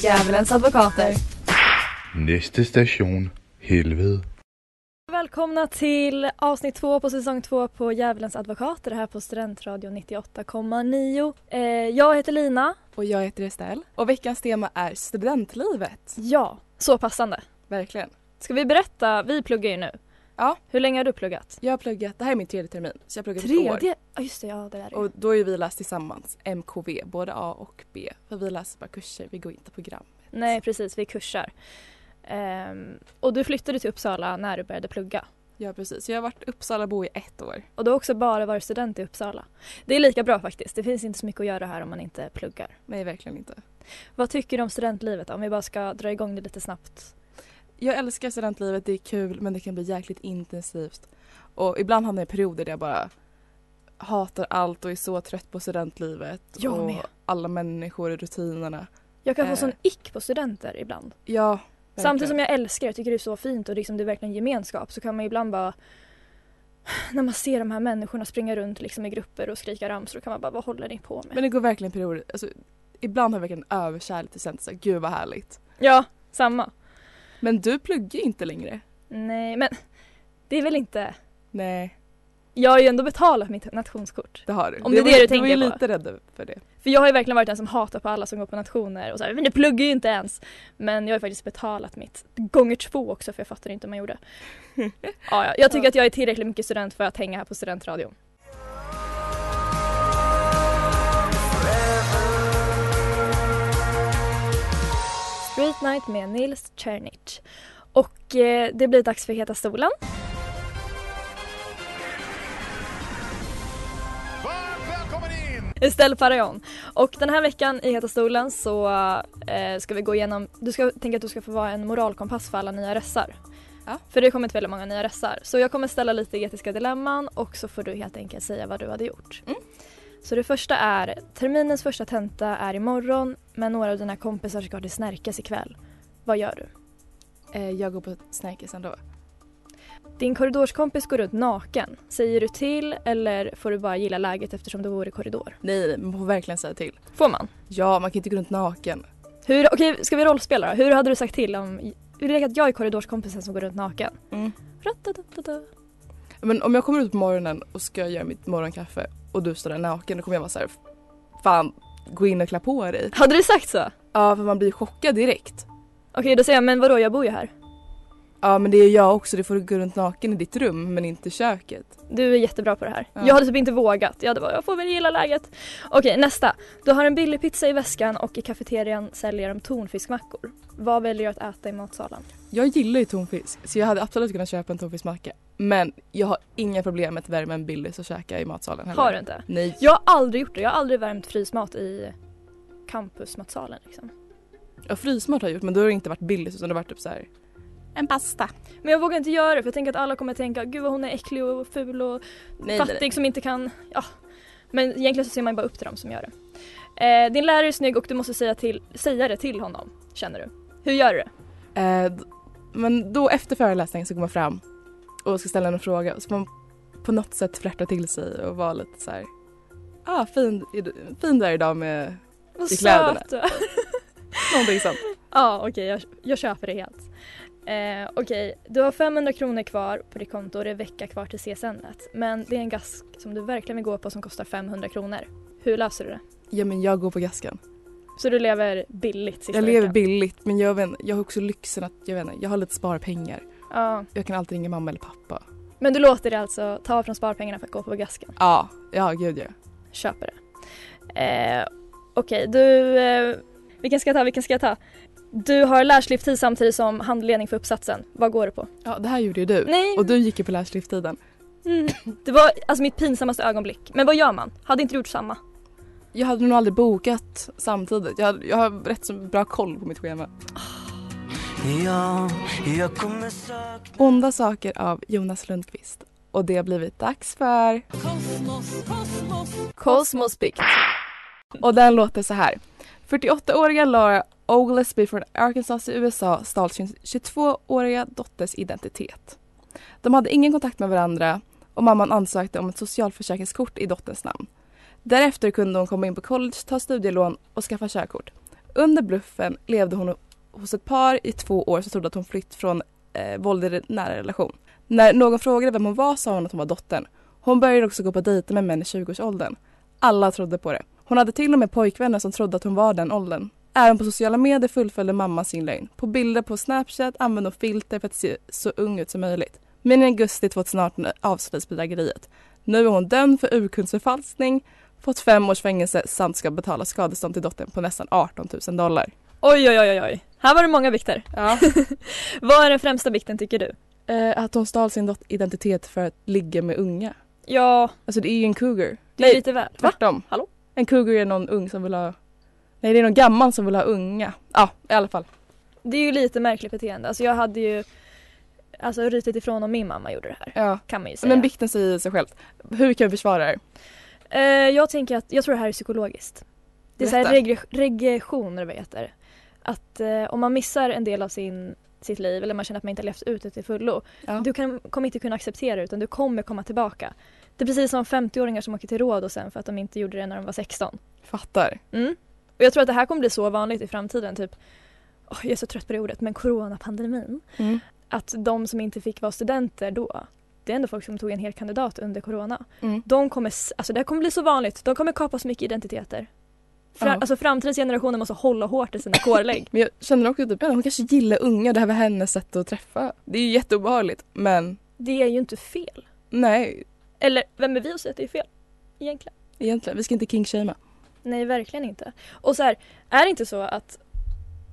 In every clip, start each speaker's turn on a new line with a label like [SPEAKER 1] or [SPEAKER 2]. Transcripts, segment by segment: [SPEAKER 1] Djävulens advokater.
[SPEAKER 2] Næste station, helvede.
[SPEAKER 3] Välkomna till avsnitt två på säsong två på Djävulens advokater här på Studentradion 98,9. Eh, jag heter Lina.
[SPEAKER 4] Och jag heter Estelle. Och veckans tema är studentlivet.
[SPEAKER 3] Ja, så passande.
[SPEAKER 4] Verkligen.
[SPEAKER 3] Ska vi berätta? Vi pluggar ju nu.
[SPEAKER 4] Ja.
[SPEAKER 3] Hur länge har du pluggat?
[SPEAKER 4] Jag har pluggat, det här är min tredje termin. Så jag har pluggat ett
[SPEAKER 3] Tredje? Ja, just det. Ja, det där
[SPEAKER 4] år.
[SPEAKER 3] är
[SPEAKER 4] Och då har ju vi läst tillsammans, MKV, både A och B. För vi läser bara kurser, vi går inte program.
[SPEAKER 3] Nej, precis. Vi kursar. Ehm, och du flyttade till Uppsala när du började plugga.
[SPEAKER 4] Ja precis, jag har varit Uppsalabo i ett år.
[SPEAKER 3] Och du har också bara varit student i Uppsala. Det är lika bra faktiskt. Det finns inte så mycket att göra här om man inte pluggar.
[SPEAKER 4] Nej verkligen inte.
[SPEAKER 3] Vad tycker du om studentlivet då? Om vi bara ska dra igång det lite snabbt.
[SPEAKER 4] Jag älskar studentlivet, det är kul men det kan bli jäkligt intensivt. Och ibland hamnar jag i perioder där jag bara hatar allt och är så trött på studentlivet.
[SPEAKER 3] Jag
[SPEAKER 4] och
[SPEAKER 3] med.
[SPEAKER 4] alla människor och rutinerna.
[SPEAKER 3] Jag kan få
[SPEAKER 4] Eh.
[SPEAKER 3] sån ick på studenter ibland.
[SPEAKER 4] Ja,
[SPEAKER 3] Samtidigt som jag älskar det, tycker det är så fint och liksom det är verkligen gemenskap så kan man ibland bara när man ser de här människorna springa runt liksom i grupper och skrika ramsor då kan man bara vad håller ni på med?
[SPEAKER 4] Men det går verkligen perioder, alltså, ibland har jag verkligen överkärlek till studenter, så här, gud vad härligt.
[SPEAKER 3] Ja, samma.
[SPEAKER 4] Men du pluggar ju inte längre.
[SPEAKER 3] Nej men det är väl inte...
[SPEAKER 4] Nej,
[SPEAKER 3] Jag har ju ändå betalat mitt nationskort.
[SPEAKER 4] det har du.
[SPEAKER 3] Om det är
[SPEAKER 4] var-
[SPEAKER 3] det du
[SPEAKER 4] Du var ju
[SPEAKER 3] tänker på.
[SPEAKER 4] lite rädd för det.
[SPEAKER 3] För jag har ju verkligen varit den som hatar på alla som går på nationer och så här, men du pluggar ju inte ens. Men jag har ju faktiskt betalat mitt gånger två också för jag fattar inte hur man gjorde. ja, ja, jag tycker att jag är tillräckligt mycket student för att hänga här på studentradion. Street Night med Nils Czernich. Och eh, det blir dags för Heta stolen. Estelle Faraon. Och den här veckan i Heta stolen så eh, ska vi gå igenom, du ska tänka att du ska få vara en moralkompass för alla nya ressar.
[SPEAKER 4] Ja.
[SPEAKER 3] För det har kommit väldigt många nya ressar. Så jag kommer ställa lite etiska dilemman och så får du helt enkelt säga vad du hade gjort. Så det första är, terminens första tenta är imorgon men några av dina kompisar ska till Snärkes ikväll. Vad gör du?
[SPEAKER 4] Eh, jag går på Snärkes ändå.
[SPEAKER 3] Din korridorskompis går runt naken. Säger du till eller får du bara gilla läget eftersom du bor i korridor?
[SPEAKER 4] Nej, nej, man får verkligen säga till.
[SPEAKER 3] Får man?
[SPEAKER 4] Ja, man kan inte gå runt naken.
[SPEAKER 3] Hur, okej, ska vi rollspela då? Hur hade du sagt till om... Vi leker att jag är korridorskompisen som går runt naken.
[SPEAKER 4] Mm.
[SPEAKER 3] Ratatatatata.
[SPEAKER 4] Men om jag kommer ut på morgonen och ska göra mitt morgonkaffe och du står där naken då kommer jag vara så här, fan gå in och klä på dig.
[SPEAKER 3] Hade du sagt så? Okej,
[SPEAKER 4] Ja, för man blir chockad direkt.
[SPEAKER 3] då säger jag men vadå jag bor ju här.
[SPEAKER 4] Ja, men det är jag också, du får gå runt naken i ditt rum men inte i köket.
[SPEAKER 3] Du är jättebra på det här.
[SPEAKER 4] Ja.
[SPEAKER 3] Jag hade typ inte vågat. Jag hade bara, jag får väl gilla läget. Okej, nästa. Du har en billig pizza i väskan och i kafeterian säljer de tonfiskmackor. Vad väljer du att äta i matsalen?
[SPEAKER 4] Jag gillar ju tonfisk så jag hade absolut kunnat köpa en tonfiskmacka. Men jag har inga problem med att värma en billig och käka i matsalen heller.
[SPEAKER 3] Har du inte?
[SPEAKER 4] Nej.
[SPEAKER 3] Jag har aldrig gjort det. Jag har aldrig värmt frysmat i campusmatsalen liksom.
[SPEAKER 4] Ja, frysmat har jag gjort men då har det inte varit billigt utan det har varit typ så här. En pasta.
[SPEAKER 3] Men jag vågar inte göra det för jag tänker att alla kommer tänka gud vad hon är äcklig och ful och
[SPEAKER 4] Nej,
[SPEAKER 3] fattig
[SPEAKER 4] nej.
[SPEAKER 3] som inte kan, ja. Men egentligen så ser man bara upp till dem som gör det. Eh, din lärare är snygg och du måste säga, till, säga det till honom, känner du. Hur gör du det?
[SPEAKER 4] Eh, d- men då efter föreläsningen så går man fram och ska ställa någon fråga så får man på något sätt flörta till sig och vara lite så här. Ah, fin, är du- fin där idag med
[SPEAKER 3] Vad
[SPEAKER 4] I kläderna.
[SPEAKER 3] du är.
[SPEAKER 4] någonting sånt.
[SPEAKER 3] Ja okej, jag, jag köper det helt. Eh, okej, du har 500 kronor kvar på ditt konto och det är vecka kvar till CSN. -et. Men det är en gask som du verkligen vill gå på som kostar 500 kronor. Hur löser du det?
[SPEAKER 4] Ja men jag går på gaskan.
[SPEAKER 3] Så du lever billigt sista
[SPEAKER 4] Jag lever
[SPEAKER 3] veckan?
[SPEAKER 4] billigt men jag, vet, inte, jag har också lyxen att jag, vet, inte, jag har lite sparpengar.
[SPEAKER 3] Ja.
[SPEAKER 4] Jag kan alltid ringa mamma eller pappa.
[SPEAKER 3] Men du låter det alltså ta från sparpengarna för att gå på gasken?
[SPEAKER 4] Ja, ja gud ja.
[SPEAKER 3] köper det. Eh, Okej, du... Eh, vilken ska jag ta? Vilken ska jag ta? Du har lärsliftid samtidigt som handledning för uppsatsen. Vad går du på?
[SPEAKER 4] Ja, det här gjorde ju du.
[SPEAKER 3] Nej!
[SPEAKER 4] Och du gick ju på lärskrifttiden.
[SPEAKER 3] Mm. Det var alltså mitt pinsammaste ögonblick. Men vad gör man? Hade inte gjort samma.
[SPEAKER 4] Jag hade nog aldrig bokat samtidigt. Jag, hade, jag har rätt så bra koll på mitt schema.
[SPEAKER 5] Ja, jag kommer sakna
[SPEAKER 4] Onda saker av Jonas Lundqvist. Och det har blivit dags för...
[SPEAKER 3] Kosmosbikt.
[SPEAKER 4] Och den låter så här. 48-åriga Laura Oglesby från Arkansas i USA stal sin 22-åriga dotters identitet. De hade ingen kontakt med varandra och mamman ansökte om ett socialförsäkringskort i dotterns namn. Därefter kunde hon komma in på college, ta studielån och skaffa körkort. Under bluffen levde hon hos ett par i två år som trodde att hon flytt från eh, våld i nära relation. När någon frågade vem hon var sa hon att hon var dottern. Hon började också gå på dejter med män i 20-årsåldern. Alla trodde på det. Hon hade till och med pojkvänner som trodde att hon var den åldern. Även på sociala medier fullföljde mamma sin lögn. På bilder på Snapchat använde hon filter för att se så ung ut som möjligt. Men i augusti 2018 avslöjades bedrägeriet. Nu är hon dömd för urkundsförfalskning, fått fem års fängelse samt ska betala skadestånd till dottern på nästan 18 000 dollar.
[SPEAKER 3] Oj, oj, oj, oj, oj. Här var det många bikter.
[SPEAKER 4] Ja.
[SPEAKER 3] Vad är den främsta bikten tycker du?
[SPEAKER 4] Eh, att hon stal sin dot- identitet för att ligga med unga.
[SPEAKER 3] Ja,
[SPEAKER 4] Alltså det är ju en cougar.
[SPEAKER 3] det är lite väl. Va?
[SPEAKER 4] Tvärtom.
[SPEAKER 3] Hallå?
[SPEAKER 4] En cougar är någon ung som vill ha... Nej det är någon gammal som vill ha unga. Ja, i alla fall.
[SPEAKER 3] Det är ju lite märkligt beteende. Alltså jag hade ju alltså, rytit ifrån om min mamma gjorde det här.
[SPEAKER 4] Ja.
[SPEAKER 3] Kan man ju säga.
[SPEAKER 4] Men bikten säger sig själv. Hur kan vi försvara det här?
[SPEAKER 3] Eh, jag tänker att, jag tror det här är psykologiskt. Det är så här
[SPEAKER 4] Berätta.
[SPEAKER 3] regre- regression eller vad det heter. Att eh, om man missar en del av sin, sitt liv eller man känner att man inte har levt ut det till fullo.
[SPEAKER 4] Ja.
[SPEAKER 3] Du kan, kommer inte kunna acceptera det utan du kommer komma tillbaka. Det är precis som 50-åringar som åker till råd och sen för att de inte gjorde det när de var 16.
[SPEAKER 4] Fattar.
[SPEAKER 3] Mm. Och jag tror att det här kommer bli så vanligt i framtiden. Typ, Åh, jag är så trött på det ordet, men coronapandemin.
[SPEAKER 4] Mm.
[SPEAKER 3] Att de som inte fick vara studenter då, det är ändå folk som tog en hel kandidat under corona.
[SPEAKER 4] Mm.
[SPEAKER 3] De kommer, s- alltså det här kommer bli så vanligt, de kommer kapa så mycket identiteter. Fra,
[SPEAKER 4] Ja.
[SPEAKER 3] Alltså framtidens generationer måste hålla hårt i sina kårlägg.
[SPEAKER 4] Men jag känner också typ, ja, hon kanske gillar unga, det här var hennes sätt att träffa. Det är ju jätteobehagligt men
[SPEAKER 3] det är ju inte fel.
[SPEAKER 4] nej,
[SPEAKER 3] Eller vem är vi att säga att det är fel? Egentligen.
[SPEAKER 4] egentligen. Vi ska inte kinkshamea.
[SPEAKER 3] Nej, verkligen inte. Och så här, är det inte så att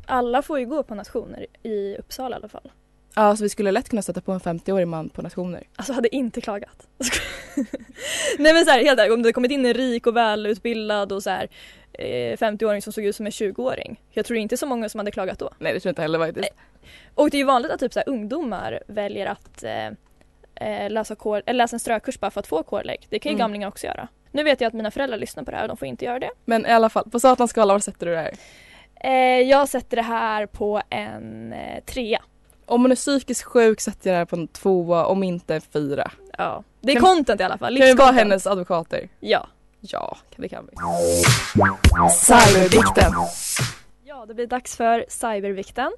[SPEAKER 3] alla får ju gå på nationer i Uppsala i alla fall?
[SPEAKER 4] Ja, så vi skulle lätt kunna sätta på en 50-årig man på nationer.
[SPEAKER 3] Alltså hade inte klagat. Nej men så här, helt ärligt, om det hade kommit in en rik och välutbildad och så här eh, 50-åring som såg ut som en 20-åring. Jag tror inte så många som hade klagat då.
[SPEAKER 4] Nej, det tror jag inte heller faktiskt.
[SPEAKER 3] Och det är ju vanligt att typ så här, ungdomar väljer att eh, eh, läsa, kår, eller läsa en strökurs bara för att få kårlägg. Det kan ju
[SPEAKER 4] Mm.
[SPEAKER 3] gamlingar också göra. Nu vet jag att mina föräldrar lyssnar på det här och de får inte göra det.
[SPEAKER 4] Men i alla fall, på satans skala, var sätter du det här?
[SPEAKER 3] Eh, jag sätter det här på en eh, trea.
[SPEAKER 4] Om hon är psykiskt sjuk sätter jag det här på en tvåa, om inte en fyra.
[SPEAKER 3] Ja. Det är
[SPEAKER 4] Kan-
[SPEAKER 3] content i alla fall.
[SPEAKER 4] Kan vi vara
[SPEAKER 3] livscontent.
[SPEAKER 4] hennes advokater?
[SPEAKER 3] Ja.
[SPEAKER 4] Ja, det kan vi. Cyberbikten.
[SPEAKER 3] Ja, det blir dags för cybervikten.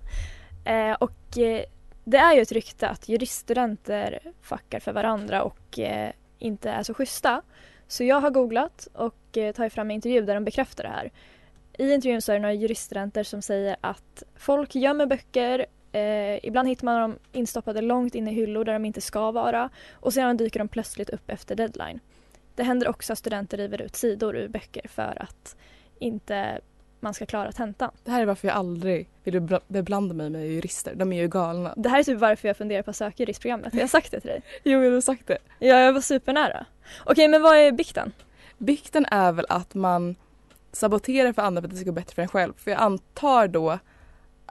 [SPEAKER 3] Eh, och eh, det är ju ett rykte att juriststudenter fuckar för varandra och eh, inte är så schyssta. Så jag har googlat och eh, tagit fram en intervju där de bekräftar det här. I intervjun så är det några juriststudenter som säger att folk gömmer böcker Eh, ibland hittar man dem instoppade långt in i hyllor där de inte ska vara och sedan dyker de plötsligt upp efter deadline. Det händer också att studenter river ut sidor ur böcker för att inte man ska klara tentan.
[SPEAKER 4] Det här är varför jag aldrig ville bla- beblanda mig med jurister. De är ju galna.
[SPEAKER 3] Det här är typ varför jag funderar på att söka juristprogrammet. Jag har sagt det till dig.
[SPEAKER 4] Jo, jag har sagt det.
[SPEAKER 3] Ja, jag var supernära. Okej, men vad är bikten?
[SPEAKER 4] Vikten är väl att man saboterar för andra för att det ska gå bättre för en själv. För jag antar då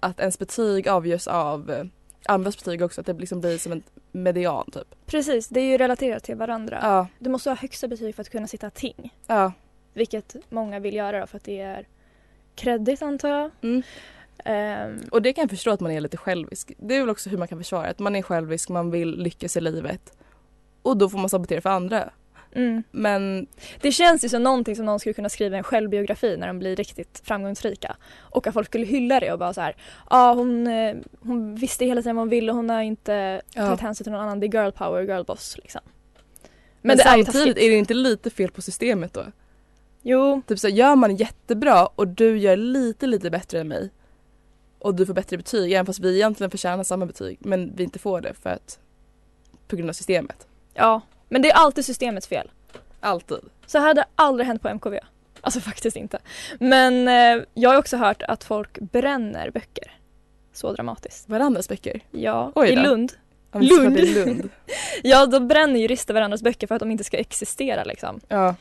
[SPEAKER 4] att ens betyg avgörs av eh, andras betyg också, att det liksom blir som en median typ.
[SPEAKER 3] Precis, det är ju relaterat till varandra.
[SPEAKER 4] Ja,
[SPEAKER 3] Du måste ha högsta betyg för att kunna sitta ting.
[SPEAKER 4] ja.
[SPEAKER 3] Vilket många vill göra då för att det är kredit antar jag.
[SPEAKER 4] Mm.
[SPEAKER 3] Ehm,
[SPEAKER 4] Och det kan jag förstå att man är lite självisk. Det är väl också hur man kan försvara att man är självisk, man vill lyckas i livet. Och då får man sabotera för andra.
[SPEAKER 3] mm.
[SPEAKER 4] Men
[SPEAKER 3] Det känns ju som någonting som någon skulle kunna skriva i en självbiografi när de blir riktigt framgångsrika. Och att folk skulle hylla det och bara så här, ja hon, eh, hon visste hela tiden vad hon ville, hon har inte
[SPEAKER 4] Ja.
[SPEAKER 3] tagit hänsyn till någon annan, det är girl power, girl boss liksom.
[SPEAKER 4] Men,
[SPEAKER 3] det är ju
[SPEAKER 4] samtidigt
[SPEAKER 3] taskigt.
[SPEAKER 4] är, det inte lite fel på systemet då?
[SPEAKER 3] Jo,
[SPEAKER 4] Typ så här, gör man jättebra och du gör lite lite bättre än mig och du får bättre betyg även fast vi egentligen förtjänar samma betyg men vi inte får det för att på grund av systemet.
[SPEAKER 3] ja. Men det är alltid systemets fel.
[SPEAKER 4] Alltid.
[SPEAKER 3] Så här hade aldrig hänt på MKV. Alltså faktiskt inte. Men eh, jag har också hört att folk bränner böcker. Så dramatiskt.
[SPEAKER 4] Varandras böcker.
[SPEAKER 3] Ja,
[SPEAKER 4] Oj
[SPEAKER 3] i
[SPEAKER 4] då.
[SPEAKER 3] Lund
[SPEAKER 4] Om vi ska
[SPEAKER 3] Lund.
[SPEAKER 4] prata i Lund.
[SPEAKER 3] Ja, då bränner jurister varandras böcker för att de inte ska existera liksom.
[SPEAKER 4] Ja.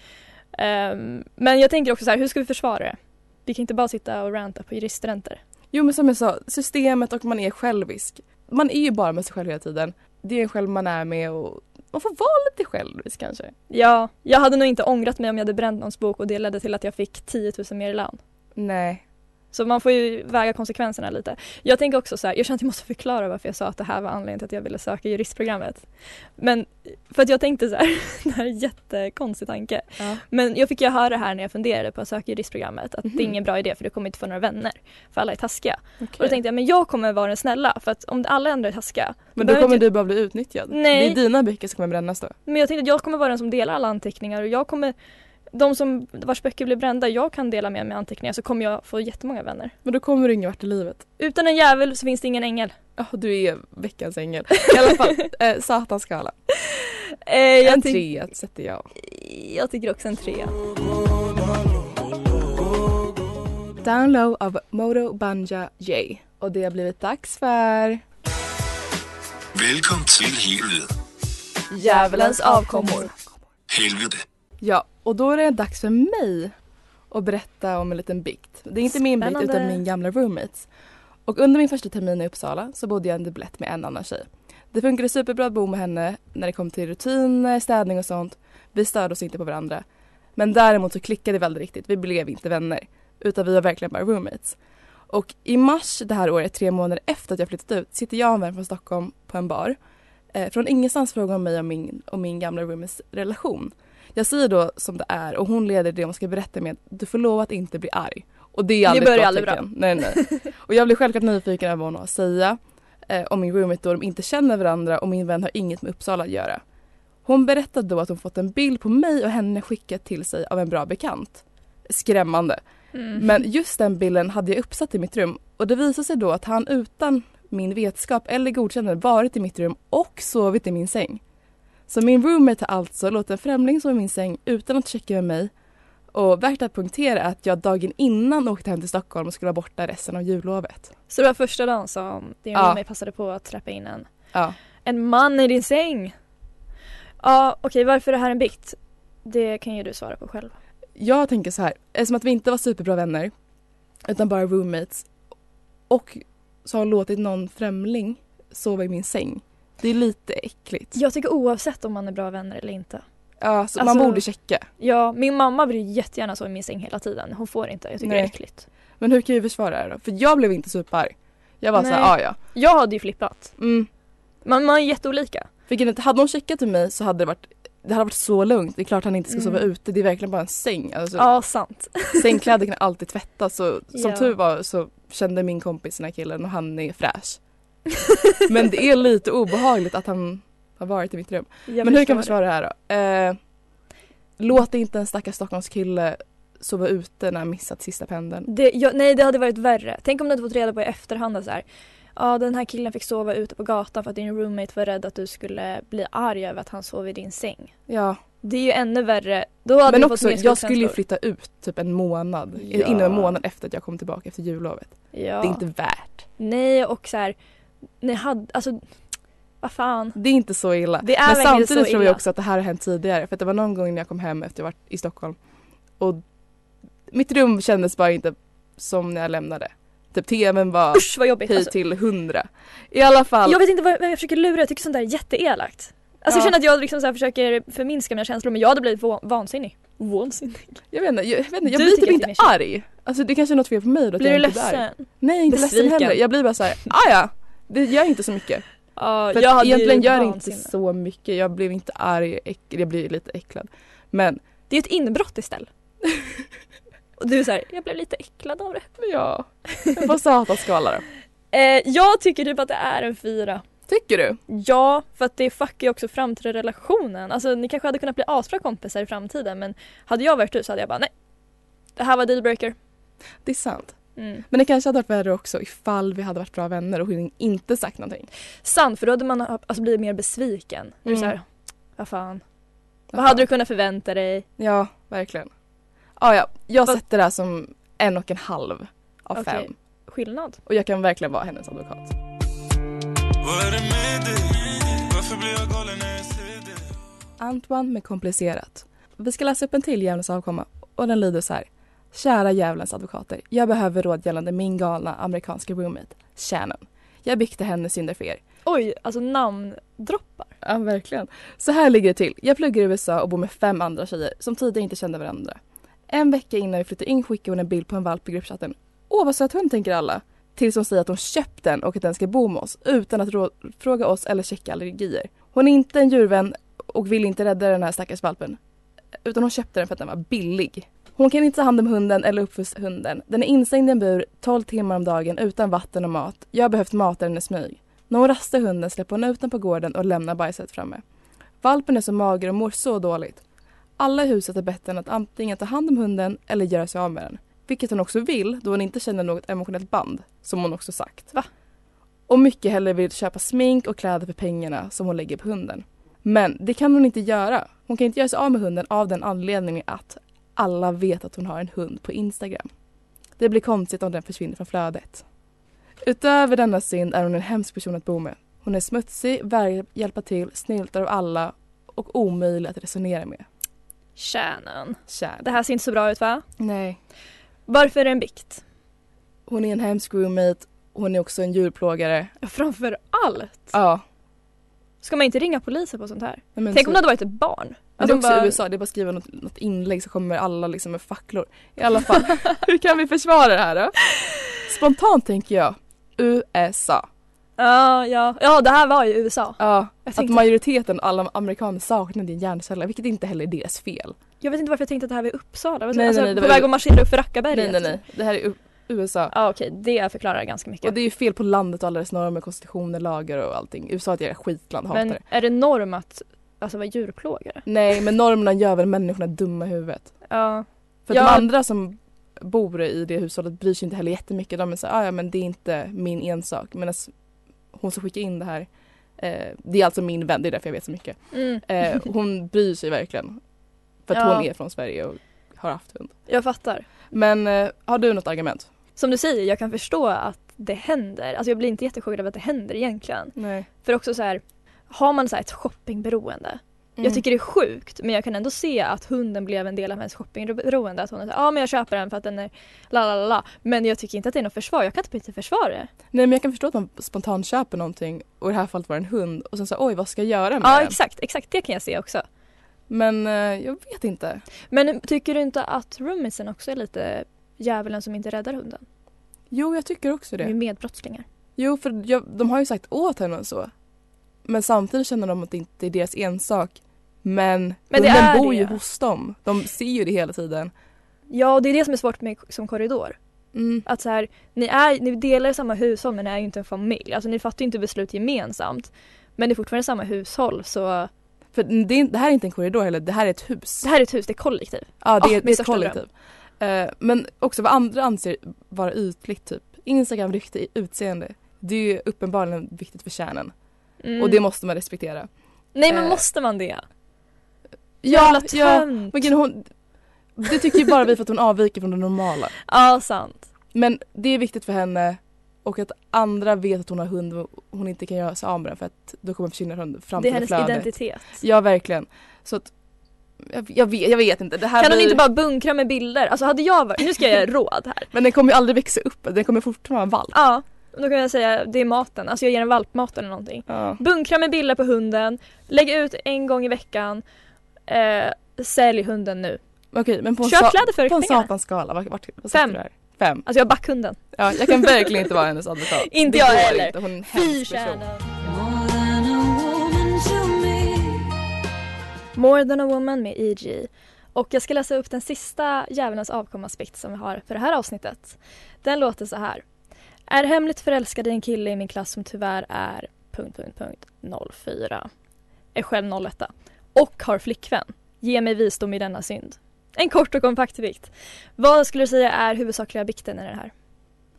[SPEAKER 3] Ehm, men jag tänker också så här, hur ska vi försvara det? Vi kan inte bara sitta och ranta på juriststudenter.
[SPEAKER 4] Jo men som jag sa, systemet och man är självisk. Man är ju bara med sig själv hela tiden. Det är en själv man är med och man får vara lite självisk kanske.
[SPEAKER 3] Ja, jag hade nog inte ångrat mig om jag hade bränt någons bok och det ledde till att jag fick 10 000 mer i lön.
[SPEAKER 4] Nej.
[SPEAKER 3] Så man får ju väga konsekvenserna lite. Jag tänker också så här, jag känner att jag måste förklara varför jag sa att det här var anledningen till att jag ville söka juristprogrammet. Men för att jag tänkte så här, det här är en jättekonstig tanke.
[SPEAKER 4] Ja.
[SPEAKER 3] Men jag fick ju höra det här när jag funderade på att söka juristprogrammet att det
[SPEAKER 4] Mhm.
[SPEAKER 3] är ingen bra idé för du kommer inte få några vänner för alla är taskiga. Och
[SPEAKER 4] Okej.
[SPEAKER 3] då tänkte jag, men jag kommer vara den snälla för att om alla andra är taskiga
[SPEAKER 4] men
[SPEAKER 3] då
[SPEAKER 4] då
[SPEAKER 3] behöver
[SPEAKER 4] kommer
[SPEAKER 3] inte-
[SPEAKER 4] du bara typ bli utnyttjad.
[SPEAKER 3] Nej.
[SPEAKER 4] Det är dina böcker som kommer brännas då.
[SPEAKER 3] Men jag tänkte att jag kommer vara den som delar alla anteckningar och jag kommer de som vars böcker blir brända, jag kan dela med mig av anteckningar så kommer jag få jättemånga vänner.
[SPEAKER 4] Men då kommer du ingen vart i livet.
[SPEAKER 3] Utan en jävel så finns det ingen ängel.
[SPEAKER 4] Ja, du är veckans ängel. I alla fall, eh, Satans skala.
[SPEAKER 3] Eh, jag,
[SPEAKER 4] En
[SPEAKER 3] tyck-
[SPEAKER 4] trea sätter jag.
[SPEAKER 3] jag tycker också en trea.
[SPEAKER 4] Download av Moto Banja J. Och det har blivit dags för...
[SPEAKER 6] Velkommen til helvede.
[SPEAKER 4] Djävulens avkommor.
[SPEAKER 6] Helvede.
[SPEAKER 4] Ja, och då är det dags för mig att berätta om en liten bikt. Det är inte min bikt
[SPEAKER 3] Spännande.
[SPEAKER 4] utan min gamla roommates. Och under min första termin i Uppsala så bodde jag i en dubblett med en annan tjej. Det funkade superbra att bo med henne när det kom till rutiner, städning och sånt. Vi störde oss inte på varandra. Men däremot så klickade det väldigt riktigt. Vi blev inte vänner. Utan vi var verkligen bara roommates. Och i mars det här året, tre månader efter att jag flyttat ut, sitter jag och en vän från Stockholm på en bar. Eh, från ingenstans frågar hon mig om min, om min gamla roomies relation. Jag säger då som det är och hon leder det hon ska berätta med du får lov att inte bli arg. Och det är aldrig
[SPEAKER 3] börjar
[SPEAKER 4] ett
[SPEAKER 3] aldrig
[SPEAKER 4] gott
[SPEAKER 3] bra.
[SPEAKER 4] tecken. Nej, nej. Och jag blir självklart nyfiken över vad hon har att säga eh, om min roommate då de inte känner varandra och min vän har inget med Uppsala att göra. Hon berättade då att hon fått en bild på mig och henne skickat till sig av en bra bekant. Skrämmande. Men just den bilden hade jag uppsatt i mitt rum och det visade sig då att han utan min vetskap eller godkännande varit i mitt rum och sovit i min säng. Så min roommate har alltså låtit en främling sova i min säng utan att checka med mig och värt att punktera är att jag dagen innan åkte hem till Stockholm och skulle vara borta resten av jullovet.
[SPEAKER 3] Så det var första dagen som din
[SPEAKER 4] Ja.
[SPEAKER 3] roommate passade på att släppa in en,
[SPEAKER 4] Ja.
[SPEAKER 3] en man i din säng. Ja, okej varför är det här en bikt? Det kan ju du svara på själv.
[SPEAKER 4] Jag tänker så här, eftersom att vi inte var superbra vänner utan bara roommates och så har låtit någon främling sova i min säng. Det är lite äckligt.
[SPEAKER 3] Jag tycker oavsett om man är bra vänner eller inte.
[SPEAKER 4] Ja, så man
[SPEAKER 3] Alltså-
[SPEAKER 4] borde checka.
[SPEAKER 3] Ja, min mamma vill jättegärna sova i min säng hela tiden. Hon får inte, jag tycker det
[SPEAKER 4] Nej.
[SPEAKER 3] är äckligt.
[SPEAKER 4] Men hur kan vi försvara det då? För jag blev inte superarg. Jag var så här, "Ah,
[SPEAKER 3] Nej.
[SPEAKER 4] ja ja.
[SPEAKER 3] Jag hade ju flippat.
[SPEAKER 4] Mm.
[SPEAKER 3] Man, man är jätteolika.
[SPEAKER 4] Vilket inte, hade hon checkat till mig så hade det varit det hade varit så lugnt. Det är klart han inte ska sova
[SPEAKER 3] Mm.
[SPEAKER 4] ute. Det är verkligen bara en säng. Alltså,
[SPEAKER 3] Ja, sant.
[SPEAKER 4] Sängkläder kan alltid tvättas. Så, som
[SPEAKER 3] Ja.
[SPEAKER 4] tur var så kände min kompis den här killen och han är fräsch. Men det är lite obehagligt att han har varit i mitt rum.
[SPEAKER 3] Jag
[SPEAKER 4] Men hur
[SPEAKER 3] förstår
[SPEAKER 4] kan man försvara det här då? Eh, låt inte en stackars Stockholmskille sova ute när han missat sista pendeln.
[SPEAKER 3] Det, jag, nej, det hade varit värre. Tänk om du hade fått reda på i efterhand att så här. Ja, den här killen fick sova ute på gatan för att din roommate var rädd att du skulle bli arg över att han sov i din säng.
[SPEAKER 4] Ja.
[SPEAKER 3] Det är ju ännu värre. Då hade
[SPEAKER 4] Men
[SPEAKER 3] du
[SPEAKER 4] också,
[SPEAKER 3] fått mer
[SPEAKER 4] jag skulle ju
[SPEAKER 3] skuldkänslor.
[SPEAKER 4] flytta ut typ en månad,
[SPEAKER 3] Ja.
[SPEAKER 4] inom en månad efter att jag kom tillbaka efter jullovet.
[SPEAKER 3] Ja.
[SPEAKER 4] Det är inte värt.
[SPEAKER 3] Nej, och så här. Ni hade, alltså, vad fan.
[SPEAKER 4] Det är inte så illa.
[SPEAKER 3] Det är
[SPEAKER 4] Men
[SPEAKER 3] verkligen
[SPEAKER 4] samtidigt
[SPEAKER 3] så
[SPEAKER 4] tror
[SPEAKER 3] illa.
[SPEAKER 4] jag också att det här har hänt tidigare för att det var någon gång när jag kom hem efter jag varit i Stockholm och mitt rum kändes bara inte som när jag lämnade. Typ tvn var
[SPEAKER 3] Usch vad jobbigt.
[SPEAKER 4] höj
[SPEAKER 3] Alltså,
[SPEAKER 4] till hundra. I alla fall.
[SPEAKER 3] jag vet inte vad vem jag försöker lura, jag tycker sånt där är jätteelakt. Alltså
[SPEAKER 4] Ja.
[SPEAKER 3] jag känner att jag liksom så här försöker förminska mina känslor men jag hade blivit va- vansinnig. Vansinnig?
[SPEAKER 4] Jag vet inte, jag, vet inte, jag
[SPEAKER 3] Du
[SPEAKER 4] blir typ
[SPEAKER 3] tycker
[SPEAKER 4] inte
[SPEAKER 3] att det är
[SPEAKER 4] arg. Alltså det kanske är något fel på mig då. att
[SPEAKER 3] Blir
[SPEAKER 4] jag
[SPEAKER 3] du
[SPEAKER 4] inte blir arg.
[SPEAKER 3] ledsen?
[SPEAKER 4] Nej inte ledsen
[SPEAKER 3] Besviken?
[SPEAKER 4] heller. Jag blir bara såhär, ah ja, det gör inte så mycket.
[SPEAKER 3] Ja,
[SPEAKER 4] För
[SPEAKER 3] jag
[SPEAKER 4] jag
[SPEAKER 3] hade ju
[SPEAKER 4] egentligen gör det inte
[SPEAKER 3] vansinne.
[SPEAKER 4] så mycket. Jag blev inte arg, äck, jag blev lite äcklad. Men
[SPEAKER 3] Det är ett inbrott istället. Och du säger, jag blev lite äcklad av det.
[SPEAKER 4] ja, på satans skala då.
[SPEAKER 3] Eh, jag tycker typ att det är en fyra.
[SPEAKER 4] Tycker du?
[SPEAKER 3] Ja, för att det fuckar ju också framtida relationen. Alltså ni kanske hade kunnat bli asbra kompisar i framtiden men hade jag varit du så hade jag bara nej. Det här var dealbreaker.
[SPEAKER 4] Det är sant.
[SPEAKER 3] Mm.
[SPEAKER 4] Men det kanske hade varit värre också ifall vi hade varit bra vänner och hon inte sagt någonting.
[SPEAKER 3] Sant, för då hade man alltså, blivit mer besviken. Nu är det
[SPEAKER 4] Mm.
[SPEAKER 3] såhär, vad fan. Vad hade du kunnat förvänta dig?
[SPEAKER 4] Ja, verkligen. Ah, ja, jag
[SPEAKER 3] Vad-
[SPEAKER 4] sätter det här som en och en halv av
[SPEAKER 3] Okej.
[SPEAKER 4] fem.
[SPEAKER 3] Skillnad.
[SPEAKER 4] Och jag kan verkligen vara hennes advokat.
[SPEAKER 6] Vad är det med dig?
[SPEAKER 5] Varför blir jag galen när jag ser det?
[SPEAKER 4] Antoine med komplicerat. Vi ska läsa upp en till djävulens avkomma och den lyder så här. Kära djävulens advokater. Jag behöver råd gällande min galna amerikanska roommate, Shannon. Jag biktar hennes synder för er.
[SPEAKER 3] Oj, alltså namndroppar.
[SPEAKER 4] Ja, verkligen. Så här ligger det till. Jag pluggar i USA och bor med fem andra tjejer som tidigare inte kände varandra. En vecka innan vi flyttar in skickar hon en bild på en valp i gruppchatten. Åh, vad söt hund tänker alla. Tills hon säger att hon köpt den och att den ska bo med oss utan att rå- fråga oss eller checka allergier. Hon är inte en djurvän och vill inte rädda den här stackars valpen. Utan hon köpte den för att den var billig. Hon kan inte ta hand om hunden eller uppfostra hunden. Den är instängd i en bur 12 timmar om dagen utan vatten och mat. Jag har behövt mata den i smyg. När hon rastar hunden släpper hon ut den på gården och lämnar bajset framme. Valpen är så mager och mår så dåligt. Alla i huset har bett henne att antingen ta hand om hunden eller göra sig av med den. Vilket hon också vill då hon inte känner något emotionellt band, som hon också sagt. Va? Och mycket hellre vill köpa smink och kläder för pengarna som hon lägger på hunden. Men det kan hon inte göra. Hon kan inte göra sig av med hunden av den anledningen att alla vet att hon har en hund på Instagram. Det blir konstigt om den försvinner från flödet. Utöver denna synd är hon en hemsk person att bo med. Hon är smutsig, vägrar hjälpa till, snyltar av alla och omöjlig att resonera med.
[SPEAKER 3] Shannon.
[SPEAKER 4] Kär.
[SPEAKER 3] Det här ser inte så bra ut va?
[SPEAKER 4] Nej.
[SPEAKER 3] Varför är det en bikt?
[SPEAKER 4] Hon är en hemsk roommate. Hon är också en djurplågare.
[SPEAKER 3] Ja, Framför allt.
[SPEAKER 4] Ja.
[SPEAKER 3] Ska man inte ringa polisen på sånt här?
[SPEAKER 4] Nej, Men
[SPEAKER 3] Tänk
[SPEAKER 4] så-
[SPEAKER 3] om det hade varit ett barn. Alltså
[SPEAKER 4] Men
[SPEAKER 3] Att
[SPEAKER 4] det är
[SPEAKER 3] de
[SPEAKER 4] också i USA, det är alltså bara att skriva något, något inlägg så kommer alla liksom med facklor. I alla fall, hur kan vi försvara det här då? Spontant tänker jag USA.
[SPEAKER 3] Ja, ja. ja, det här var ju USA.
[SPEAKER 4] Ja,
[SPEAKER 3] Jag,
[SPEAKER 4] att
[SPEAKER 3] tänkte,
[SPEAKER 4] majoriteten av alla amerikaner saknar din hjärncella vilket inte heller är deras fel.
[SPEAKER 3] jag vet inte varför jag tänkte att det här var i Uppsala.
[SPEAKER 4] Nej,
[SPEAKER 3] Nej,
[SPEAKER 4] nej,
[SPEAKER 3] alltså,
[SPEAKER 4] nej,
[SPEAKER 3] på
[SPEAKER 4] det var
[SPEAKER 3] väg
[SPEAKER 4] ju-
[SPEAKER 3] att marschera upp för Rackarberget.
[SPEAKER 4] Nej nej nej, det här är U- USA.
[SPEAKER 3] Ja okej, det förklarar ganska mycket.
[SPEAKER 4] Och det är ju fel på landet och alla dess normer, konstitutioner, lagar och allting. USA är ett jävla skitland, hatar
[SPEAKER 3] Men
[SPEAKER 4] det.
[SPEAKER 3] är det norm att alltså, vara djurplågare?
[SPEAKER 4] Nej men normerna gör väl människorna dumma i huvudet.
[SPEAKER 3] Ja.
[SPEAKER 4] För
[SPEAKER 3] Ja.
[SPEAKER 4] de andra som bor i det hushållet bryr sig inte heller jättemycket. De är såhär, "Ah, ja men det är inte min ensak. Medan hon som skickar in det här, eh, det är alltså min vän, det är därför jag vet så mycket.
[SPEAKER 3] Mm.
[SPEAKER 4] Eh, hon bryr sig verkligen. För att
[SPEAKER 3] Ja.
[SPEAKER 4] hon är från Sverige och har haft hund.
[SPEAKER 3] Jag fattar.
[SPEAKER 4] Men eh, har du något argument?
[SPEAKER 3] Som du säger, jag kan förstå att det händer. Alltså jag blir inte jättechockad över att det händer egentligen.
[SPEAKER 4] Nej.
[SPEAKER 3] För också så här, har man så här ett shoppingberoende.
[SPEAKER 4] Mm.
[SPEAKER 3] Jag tycker det är sjukt men jag kan ändå se att hunden blev en del av hennes shoppingberoende. Att hon är såhär, ja ah, men jag köper den för att den är la la la la. Men jag tycker inte att det är något försvar, jag kan inte riktigt försvara det.
[SPEAKER 4] Nej men jag kan förstå att man spontant köper någonting och i det här fallet var det en hund och sen så oj vad ska jag göra med
[SPEAKER 3] Ja
[SPEAKER 4] den?
[SPEAKER 3] exakt, exakt det kan jag se också.
[SPEAKER 4] Men eh, jag vet inte.
[SPEAKER 3] Men tycker du inte att roomisen också är lite djävulen som inte räddar hunden?
[SPEAKER 4] Jo, jag tycker också
[SPEAKER 3] De är ju
[SPEAKER 4] det.
[SPEAKER 3] medbrottslingar.
[SPEAKER 4] Jo, för jag, de har ju sagt åt henne och så. Men samtidigt känner de att det inte är deras ensak. Men,
[SPEAKER 3] Men det
[SPEAKER 4] hunden
[SPEAKER 3] är
[SPEAKER 4] bor
[SPEAKER 3] det.
[SPEAKER 4] ju hos dem. De ser ju det hela tiden.
[SPEAKER 3] Ja och det är det som är svårt med som korridor.
[SPEAKER 4] Mm.
[SPEAKER 3] Att så här, ni, är, ni delar samma hushåll men ni är ju inte en familj. Alltså ni fattar ju inte beslut gemensamt. Men det är fortfarande samma hushåll så
[SPEAKER 4] För det, är, det här är inte en korridor heller, det här är ett hus.
[SPEAKER 3] det här är ett hus, det är kollektiv.
[SPEAKER 4] Ja, det
[SPEAKER 3] Ah,
[SPEAKER 4] är, det
[SPEAKER 3] min
[SPEAKER 4] är ett
[SPEAKER 3] största
[SPEAKER 4] kollektiv. Eh, men också vad andra anser vara ytligt typ. Instagram, rykte, i- utseende. Det är ju uppenbarligen viktigt för kärnan.
[SPEAKER 3] Mm.
[SPEAKER 4] Och det måste man respektera.
[SPEAKER 3] Nej men
[SPEAKER 4] eh,
[SPEAKER 3] måste man det?
[SPEAKER 4] Ja,
[SPEAKER 3] ja.
[SPEAKER 4] Men gud, hon, det tycker ju bara vi för att hon avviker från det normala.
[SPEAKER 3] Ja, sant.
[SPEAKER 4] Men det är viktigt för henne och att andra vet att hon har hund och hon inte kan göra sig av med den för att då kommer den försvinna från
[SPEAKER 3] Det är
[SPEAKER 4] framtida
[SPEAKER 3] hennes
[SPEAKER 4] flödet.
[SPEAKER 3] identitet.
[SPEAKER 4] Ja, verkligen. Så att jag, jag, vet, jag vet inte. Det här
[SPEAKER 3] Kan hon
[SPEAKER 4] blir,
[SPEAKER 3] inte bara bunkra med bilder? Alltså hade jag varit, nu ska jag ge råd här.
[SPEAKER 4] Men den kommer ju aldrig växa upp. Den kommer fortfarande vara en valp.
[SPEAKER 3] Ja, då kan jag säga det är maten, alltså jag ger en valpmat eller någonting.
[SPEAKER 4] Ja.
[SPEAKER 3] Bunkra med bilder på hunden, lägg ut en gång i veckan, eh, sälj hunden nu.
[SPEAKER 4] Okej, men på en,
[SPEAKER 3] Köp
[SPEAKER 4] sa-
[SPEAKER 3] kläder för
[SPEAKER 4] på en
[SPEAKER 3] pengarna.
[SPEAKER 4] satans skala. Vart, vart, vad
[SPEAKER 3] Fem.
[SPEAKER 4] sätter du här? Fem.
[SPEAKER 3] Alltså jag har backhund
[SPEAKER 4] Ja, jag kan verkligen inte vara hennes advokat.
[SPEAKER 3] Inte
[SPEAKER 4] Det
[SPEAKER 3] jag
[SPEAKER 4] går
[SPEAKER 3] heller.
[SPEAKER 4] Inte. Hon är en
[SPEAKER 3] Fy
[SPEAKER 4] hemsk person.
[SPEAKER 3] kärnan.
[SPEAKER 5] More than a woman to me
[SPEAKER 3] More than a woman med E.G. Och jag ska läsa upp den sista djävulens avkomaspekt som vi har för det här avsnittet. Den låter så här. Är hemligt förälskad i en kille i min klass som tyvärr är... Punkt, punkt, punkt, 04. Är själv 01. Och har flickvän. Ge mig visdom i denna synd. En kort och kompakt bikt. Vad skulle du säga är huvudsakliga bikten i den här?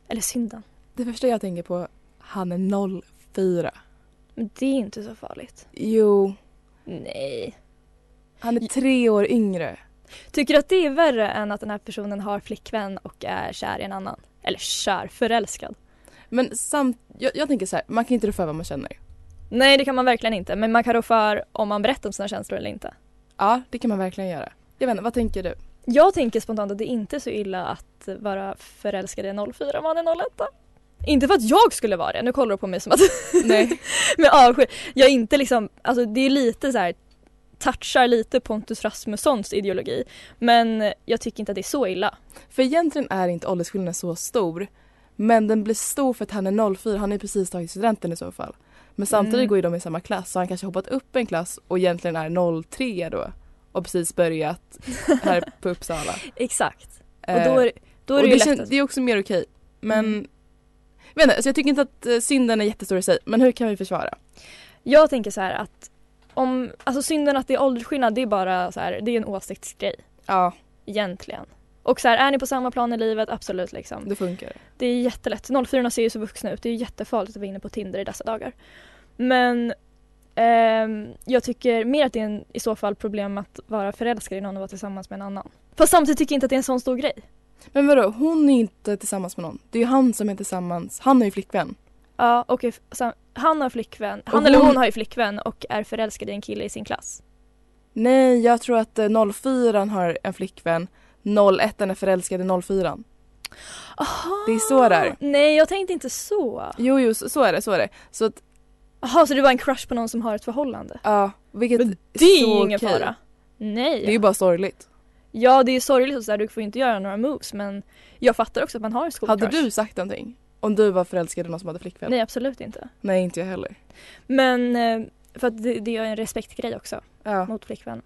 [SPEAKER 3] Eller synden?
[SPEAKER 4] Det första jag tänker på, han är 04.
[SPEAKER 3] Men det är inte så farligt.
[SPEAKER 4] Jo,
[SPEAKER 3] Nej.
[SPEAKER 4] han är tre år yngre.
[SPEAKER 3] Tycker du att det är värre än att den här personen har flickvän och är kär i en annan? Eller kär, förälskad.
[SPEAKER 4] Men samt, jag, jag tänker så här, man kan inte rå för vad man känner.
[SPEAKER 3] Nej det kan man verkligen inte men man kan rå för om man berättar om sina känslor eller inte.
[SPEAKER 4] Ja, det kan man verkligen göra. Jag vet inte, vad tänker du?
[SPEAKER 3] Jag tänker spontant att det inte är så illa att vara förälskad i en 04 man i en 01. Inte för att jag skulle vara det, nu kollar du på mig som att
[SPEAKER 4] Nej.
[SPEAKER 3] med avsky. Jag är inte liksom, alltså det är lite så här touchar lite Pontus Rasmussons ideologi men jag tycker inte att det är så illa.
[SPEAKER 4] För egentligen är inte åldersskillnaden så stor. Men den blir stor för att han är 04, han har ju precis tagit studenten i så fall. Men samtidigt
[SPEAKER 3] Mm.
[SPEAKER 4] går ju de i samma klass så han kanske har hoppat upp en klass och egentligen är 03 då. Och precis börjat här på Uppsala.
[SPEAKER 3] Exakt. Och
[SPEAKER 4] Eh,
[SPEAKER 3] då är, då är
[SPEAKER 4] och
[SPEAKER 3] det ju
[SPEAKER 4] det,
[SPEAKER 3] lätt
[SPEAKER 4] kän-
[SPEAKER 3] att...
[SPEAKER 4] det är också mer okej. Men
[SPEAKER 3] Mm.
[SPEAKER 4] jag vet inte, alltså jag tycker inte att eh, synden är jättestor i sig. Men hur kan vi försvara?
[SPEAKER 3] Jag tänker så här att om, alltså synden att det är åldersskillnad det är bara så här, det är en åsiktsgrej
[SPEAKER 4] Ja,
[SPEAKER 3] egentligen. Och så här, är ni på samma plan i livet? Absolut liksom.
[SPEAKER 4] det funkar.
[SPEAKER 3] Det är jättelätt. 04 ser ju så vuxna ut. Det är ju jättefarligt att vara inne på Tinder i dessa dagar. Men ehm, jag tycker mer att det är en, i så fall problem att vara förälskad i någon och vara tillsammans med en annan. Fast samtidigt tycker jag inte att det är en sån stor grej.
[SPEAKER 4] Men vadå, hon är inte tillsammans med någon. Det är ju han som är tillsammans. Han har ju flickvän.
[SPEAKER 3] Ja, och if, sam, han har flickvän, han
[SPEAKER 4] Och
[SPEAKER 3] eller
[SPEAKER 4] hon-
[SPEAKER 3] hon har ju flickvän och är förälskad i en kille i sin klass.
[SPEAKER 4] Nej, jag tror att eh, 04 har en flickvän. 01 är förälskad i 04.
[SPEAKER 3] Aha.
[SPEAKER 4] Det är så där.
[SPEAKER 3] Nej, jag tänkte inte så.
[SPEAKER 4] Jo, jo, så så är det. Så är det. Så att,
[SPEAKER 3] Jaha, så det var en crush på någon som har ett förhållande?
[SPEAKER 4] ja, vilket
[SPEAKER 3] Men Det är ju
[SPEAKER 4] så
[SPEAKER 3] ingen
[SPEAKER 4] okej.
[SPEAKER 3] fara. Nej.
[SPEAKER 4] Det är ju bara sorgligt.
[SPEAKER 3] Ja, det är ju sorgligt och sådär, du får ju inte göra några moves men jag fattar också att man har en skolcrush.
[SPEAKER 4] Hade du sagt någonting? Om du var förälskad i någon som hade flickvän?
[SPEAKER 3] Oh Nej, absolut inte.
[SPEAKER 4] Nej, inte jag heller.
[SPEAKER 3] Men eh, för att det, det är en respektgrej också
[SPEAKER 4] Ja.
[SPEAKER 3] mot flickvännen.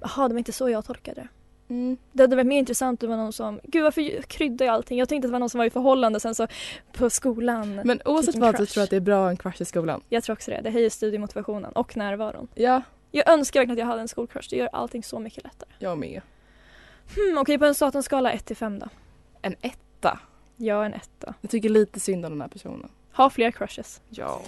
[SPEAKER 3] Jaha, det var inte så jag tolkade det.
[SPEAKER 4] Mm.
[SPEAKER 3] Det hade varit mer intressant om det var någon som, gud varför kryddar jag allting? Jag tänkte att det var någon som var i förhållande sen så på skolan.
[SPEAKER 4] Men oavsett
[SPEAKER 3] Vilken
[SPEAKER 4] vad så
[SPEAKER 3] crush.
[SPEAKER 4] tror jag att det är bra att ha en crush i skolan.
[SPEAKER 3] Jag tror också det, det höjer studiemotivationen och närvaron.
[SPEAKER 4] Ja,
[SPEAKER 3] Jag önskar verkligen att jag hade en skolcrush, det gör allting så mycket lättare.
[SPEAKER 4] jag med.
[SPEAKER 3] Hmm, okej på en statenskala 1 till 5 då.
[SPEAKER 4] En etta.
[SPEAKER 3] Jag är en etta.
[SPEAKER 4] Jag tycker lite synd om den här personen.
[SPEAKER 3] Ha fler crushes.
[SPEAKER 4] Ja.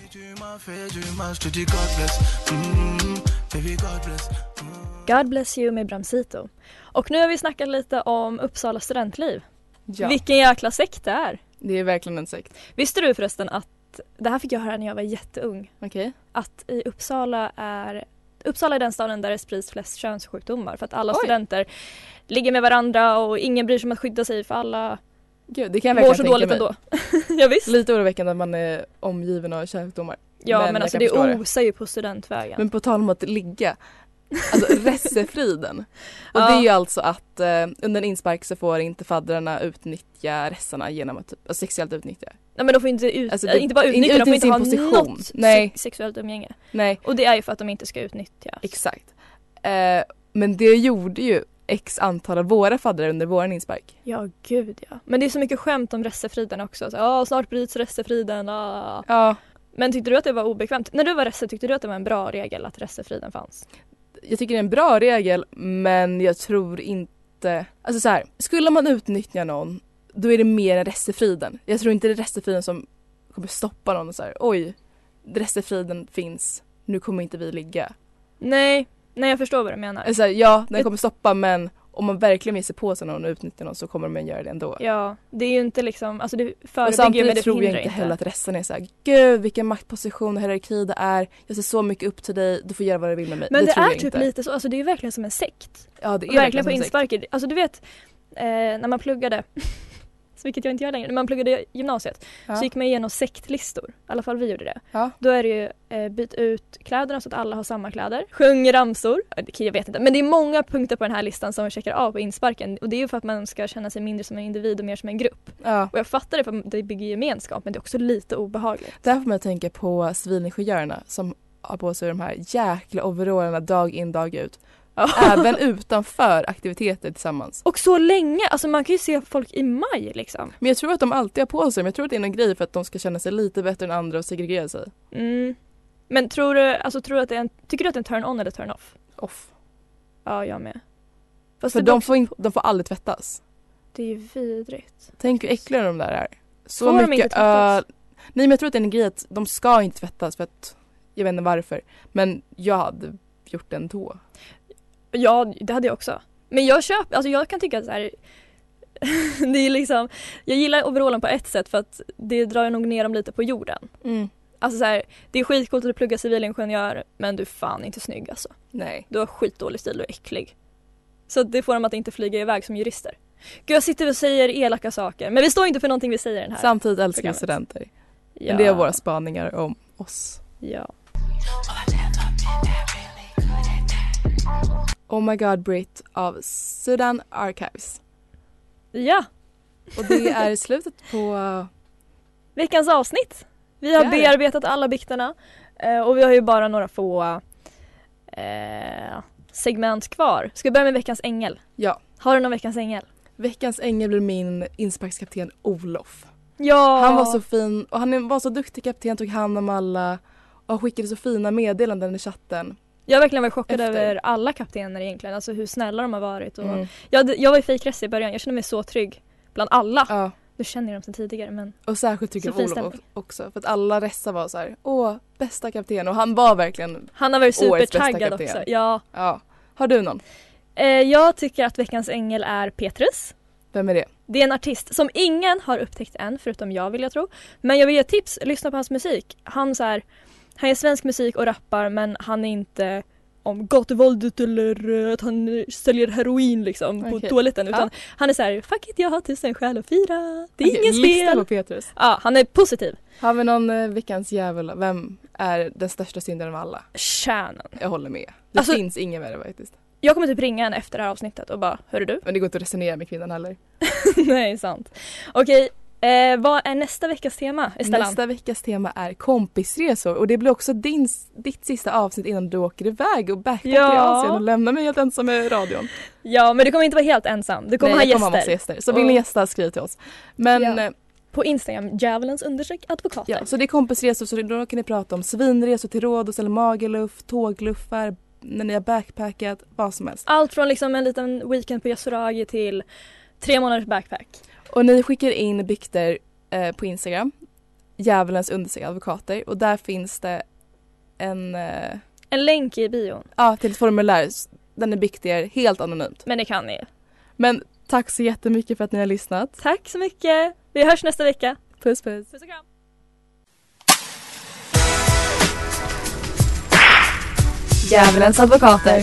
[SPEAKER 3] God bless you med Bramsito. Och nu har vi snackat lite om Uppsala studentliv.
[SPEAKER 4] ja.
[SPEAKER 3] Vilken jäkla sekt det är.
[SPEAKER 4] Det är verkligen en sekt.
[SPEAKER 3] Visste du förresten att, det här fick jag höra när jag var jätteung,
[SPEAKER 4] Okej.
[SPEAKER 3] att i Uppsala är Uppsala är den staden där det sprids flest könssjukdomar för att alla
[SPEAKER 4] Oj.
[SPEAKER 3] studenter ligger med varandra och ingen bryr sig om att skydda sig för alla
[SPEAKER 4] Gud, det kan jag
[SPEAKER 3] mår
[SPEAKER 4] verkligen
[SPEAKER 3] så
[SPEAKER 4] tänka
[SPEAKER 3] dåligt
[SPEAKER 4] mig.
[SPEAKER 3] ändå. ja, visst.
[SPEAKER 4] Lite oroväckande att man är omgiven av könssjukdomar.
[SPEAKER 3] Ja men,
[SPEAKER 4] jag
[SPEAKER 3] alltså
[SPEAKER 4] kan
[SPEAKER 3] det
[SPEAKER 4] förstå
[SPEAKER 3] osar ju på studentvägen.
[SPEAKER 4] Men på tal om att ligga. Alltså ressefriden. Och
[SPEAKER 3] Ja.
[SPEAKER 4] det är ju alltså att eh, under en inspark så får inte faddrarna utnyttja ressarna genom att typ, alltså sexuellt utnyttja.
[SPEAKER 3] Nej men de får inte, ut,
[SPEAKER 4] Alltså, det-
[SPEAKER 3] inte bara
[SPEAKER 4] in-
[SPEAKER 3] utnyttja,
[SPEAKER 4] ut i
[SPEAKER 3] de får inte
[SPEAKER 4] sin
[SPEAKER 3] ha
[SPEAKER 4] position.
[SPEAKER 3] något se-
[SPEAKER 4] Nej.
[SPEAKER 3] sexuellt umgänge.
[SPEAKER 4] Nej,
[SPEAKER 3] Och det är ju för att de inte ska utnyttjas.
[SPEAKER 4] exakt. Eh, men det gjorde ju x antal av våra faddrar under våran inspark.
[SPEAKER 3] Ja gud ja. Men det är så mycket skämt om ressefriden också. Så, "Ah, snart bryts ressefriden. ah."
[SPEAKER 4] Ja.
[SPEAKER 3] Men tyckte du att det var obekvämt? När du var resse tyckte du att det var en bra regel att ressefriden fanns?
[SPEAKER 4] jag tycker det är en bra regel men jag tror inte... Alltså så här, skulle man utnyttja någon då är det mer än restefriden. Jag tror inte det är restefriden som kommer stoppa någon och så här, oj, restefriden finns, nu kommer inte vi ligga.
[SPEAKER 3] Nej, nej jag förstår vad du menar.
[SPEAKER 4] Alltså, så här, ja, den kommer stoppa men om man verkligen visar på sig någon och utnyttjar någon så kommer man göra det ändå.
[SPEAKER 3] Ja, det är ju inte liksom, alltså det
[SPEAKER 4] och
[SPEAKER 3] förebygger men
[SPEAKER 4] samtidigt
[SPEAKER 3] det
[SPEAKER 4] tror jag
[SPEAKER 3] hindrar
[SPEAKER 4] inte
[SPEAKER 3] inte.
[SPEAKER 4] heller att resten är så här, gud vilken maktposition och hierarki det är, jag ser så mycket upp till dig, du får göra vad du vill med mig.
[SPEAKER 3] Men det,
[SPEAKER 4] tror
[SPEAKER 3] är
[SPEAKER 4] jag
[SPEAKER 3] typ
[SPEAKER 4] inte.
[SPEAKER 3] lite så, alltså det är ju verkligen som en sekt.
[SPEAKER 4] ja, det är
[SPEAKER 3] verkligen på
[SPEAKER 4] som sagt.
[SPEAKER 3] insparker. Alltså du vet eh, när man pluggade, så vilket jag inte gör längre, när man pluggade gymnasiet
[SPEAKER 4] Ja.
[SPEAKER 3] så gick man igenom sektlistor. I alla fall vi gjorde det.
[SPEAKER 4] Ja.
[SPEAKER 3] Då är det ju eh, byt ut kläderna så att alla har samma kläder. Sjung ramsor. Ja, det- Jag vet inte men det är många punkter på den här listan som vi checkar av på insparken och det är ju för att man ska känna sig mindre som en individ och mer som en grupp.
[SPEAKER 4] Ja.
[SPEAKER 3] Och jag fattar det för att det bygger gemenskap men det är också lite obehagligt.
[SPEAKER 4] Där får man tänka på civilingenjörerna som har på sig de här jäkla overallerna dag in dag ut. Även utanför aktiviteter tillsammans.
[SPEAKER 3] Och så länge, alltså man kan ju se folk i maj liksom.
[SPEAKER 4] Men jag tror att de alltid har på sig, men jag tror att det är någon grej för att de ska känna sig lite bättre än andra och segregera sig.
[SPEAKER 3] Mm. Men tror du, alltså tror du att det är en, tycker du att det är en turn-on eller turn-off?
[SPEAKER 4] Off.
[SPEAKER 3] Ja, jag med. Fast
[SPEAKER 4] För
[SPEAKER 3] det,
[SPEAKER 4] de
[SPEAKER 3] de...
[SPEAKER 4] får, in, de får aldrig tvättas.
[SPEAKER 3] det är ju vidrigt.
[SPEAKER 4] Tänk hur äckliga de där är. Så
[SPEAKER 3] Får de
[SPEAKER 4] mycket
[SPEAKER 3] inte tvättas?
[SPEAKER 4] öl. Nej men jag tror att det är en grej att de ska inte tvättas för att jag vet inte varför. Men jag hade gjort det ändå.
[SPEAKER 3] Ja, det hade jag också. Men jag köper, alltså jag kan tycka att så här,
[SPEAKER 4] Mm.
[SPEAKER 3] det är liksom, jag gillar overallen på ett sätt för att det drar nog ner dem lite på jorden. Alltså så här, det är skitcoolt att du pluggar civilingenjör men du är fan inte snygg alltså.
[SPEAKER 4] Nej.
[SPEAKER 3] Du har skitdålig stil, du är äcklig. Så det får dem att inte flyga iväg som jurister. Gud jag sitter och säger elaka saker men vi står inte för någonting vi säger i den här.
[SPEAKER 4] Samtidigt älskar vi
[SPEAKER 3] programmet.
[SPEAKER 4] studenter.
[SPEAKER 3] ja.
[SPEAKER 4] Men det är våra spaningar om oss.
[SPEAKER 3] Ja.
[SPEAKER 4] Oh my god Brit av Sudan Archives.
[SPEAKER 3] ja,
[SPEAKER 4] Och det är slutet på...
[SPEAKER 3] veckans avsnitt. Vi har
[SPEAKER 4] Det är det.
[SPEAKER 3] bearbetat alla bikterna eh, och vi har ju bara några få eh, segment kvar. Ska vi börja med veckans ängel?
[SPEAKER 4] Ja.
[SPEAKER 3] Har du någon veckans ängel?
[SPEAKER 4] Veckans ängel blir min insparkskapten Olof.
[SPEAKER 3] Ja!
[SPEAKER 4] Han var så fin och han var så duktig kapten, tog hand om alla och skickade så fina meddelanden i chatten.
[SPEAKER 3] Jag verkligen var chockad
[SPEAKER 4] Efter.
[SPEAKER 3] över alla kaptener egentligen, alltså hur snälla de har varit. Och
[SPEAKER 4] Mm.
[SPEAKER 3] jag, hade- jag var ju fejkrädd i början, jag kände mig så trygg bland alla.
[SPEAKER 4] Ja.
[SPEAKER 3] Nu känner jag dem sedan tidigare men
[SPEAKER 4] Och särskilt tycker jag
[SPEAKER 3] Så fin
[SPEAKER 4] Olof
[SPEAKER 3] stämning.
[SPEAKER 4] också för att alla ressa var så här, åh bästa kapten och han var verkligen,
[SPEAKER 3] han har varit
[SPEAKER 4] Årets bästa
[SPEAKER 3] supertaggad
[SPEAKER 4] kapten.
[SPEAKER 3] också. Ja.
[SPEAKER 4] ja. Har du någon?
[SPEAKER 3] Eh, jag tycker att veckans ängel är Petrus.
[SPEAKER 4] Vem är det?
[SPEAKER 3] Det är en artist som ingen har upptäckt än, förutom jag vill jag tro. Men jag vill ge tips, lyssna på hans musik. Han, så här, han gör svensk musik och rappar men han är inte om gatuvåldet eller eh, att han eh, säljer heroin liksom på
[SPEAKER 4] Okej.
[SPEAKER 3] toaletten utan han är så här, fuck it jag har tusen skäl att fira. Det är inget spel.
[SPEAKER 4] på Petrus.
[SPEAKER 3] Ja, han är positiv.
[SPEAKER 4] Har vi någon eh, veckans djävul? Vem är den största syndaren av alla?
[SPEAKER 3] Shannon.
[SPEAKER 4] Jag håller med. Det
[SPEAKER 3] Alltså-
[SPEAKER 4] finns ingen värre faktiskt.
[SPEAKER 3] Jag kommer typ ringa henne efter det här avsnittet och bara, hörru du?
[SPEAKER 4] Men det går inte att resonera med kvinnan heller.
[SPEAKER 3] Nej, sant. Okej, eh, vad är nästa veckas tema, Stellan?
[SPEAKER 4] Nästa veckas tema är kompisresor och det blir också din, ditt sista avsnitt innan du åker iväg och backpackar i
[SPEAKER 3] Ja.
[SPEAKER 4] Asien och lämnar mig helt ensam med radion.
[SPEAKER 3] Ja, men du kommer inte vara helt ensam. Du kommer
[SPEAKER 4] Nej,
[SPEAKER 3] ha
[SPEAKER 4] jag kommer
[SPEAKER 3] gäster.
[SPEAKER 4] massa gäster. Så vill ni
[SPEAKER 3] Och-
[SPEAKER 4] gästa skriv till oss. Men
[SPEAKER 3] Ja.
[SPEAKER 4] eh,
[SPEAKER 3] På Instagram, djävulens undersök advokater.
[SPEAKER 4] ja, så det är kompisresor så då kan ni prata om svinresor till Rhodos eller Magaluf, tågluffar, när ni har backpackat, vad som helst.
[SPEAKER 3] Allt från liksom en liten weekend på Yasuragi till tre månaders backpack.
[SPEAKER 4] Och ni skickar in bikter eh, på Instagram, djävulens undersökta advokater och där finns det en, eh,
[SPEAKER 3] En länk i bion,
[SPEAKER 4] ja till ett formulär, s- där ni bikter er helt anonymt.
[SPEAKER 3] men det kan ni.
[SPEAKER 4] Men tack så jättemycket för att ni har lyssnat.
[SPEAKER 3] Tack så mycket. Vi hörs nästa vecka.
[SPEAKER 4] Puss puss.
[SPEAKER 3] Puss och kram.
[SPEAKER 4] Djävulens advokater.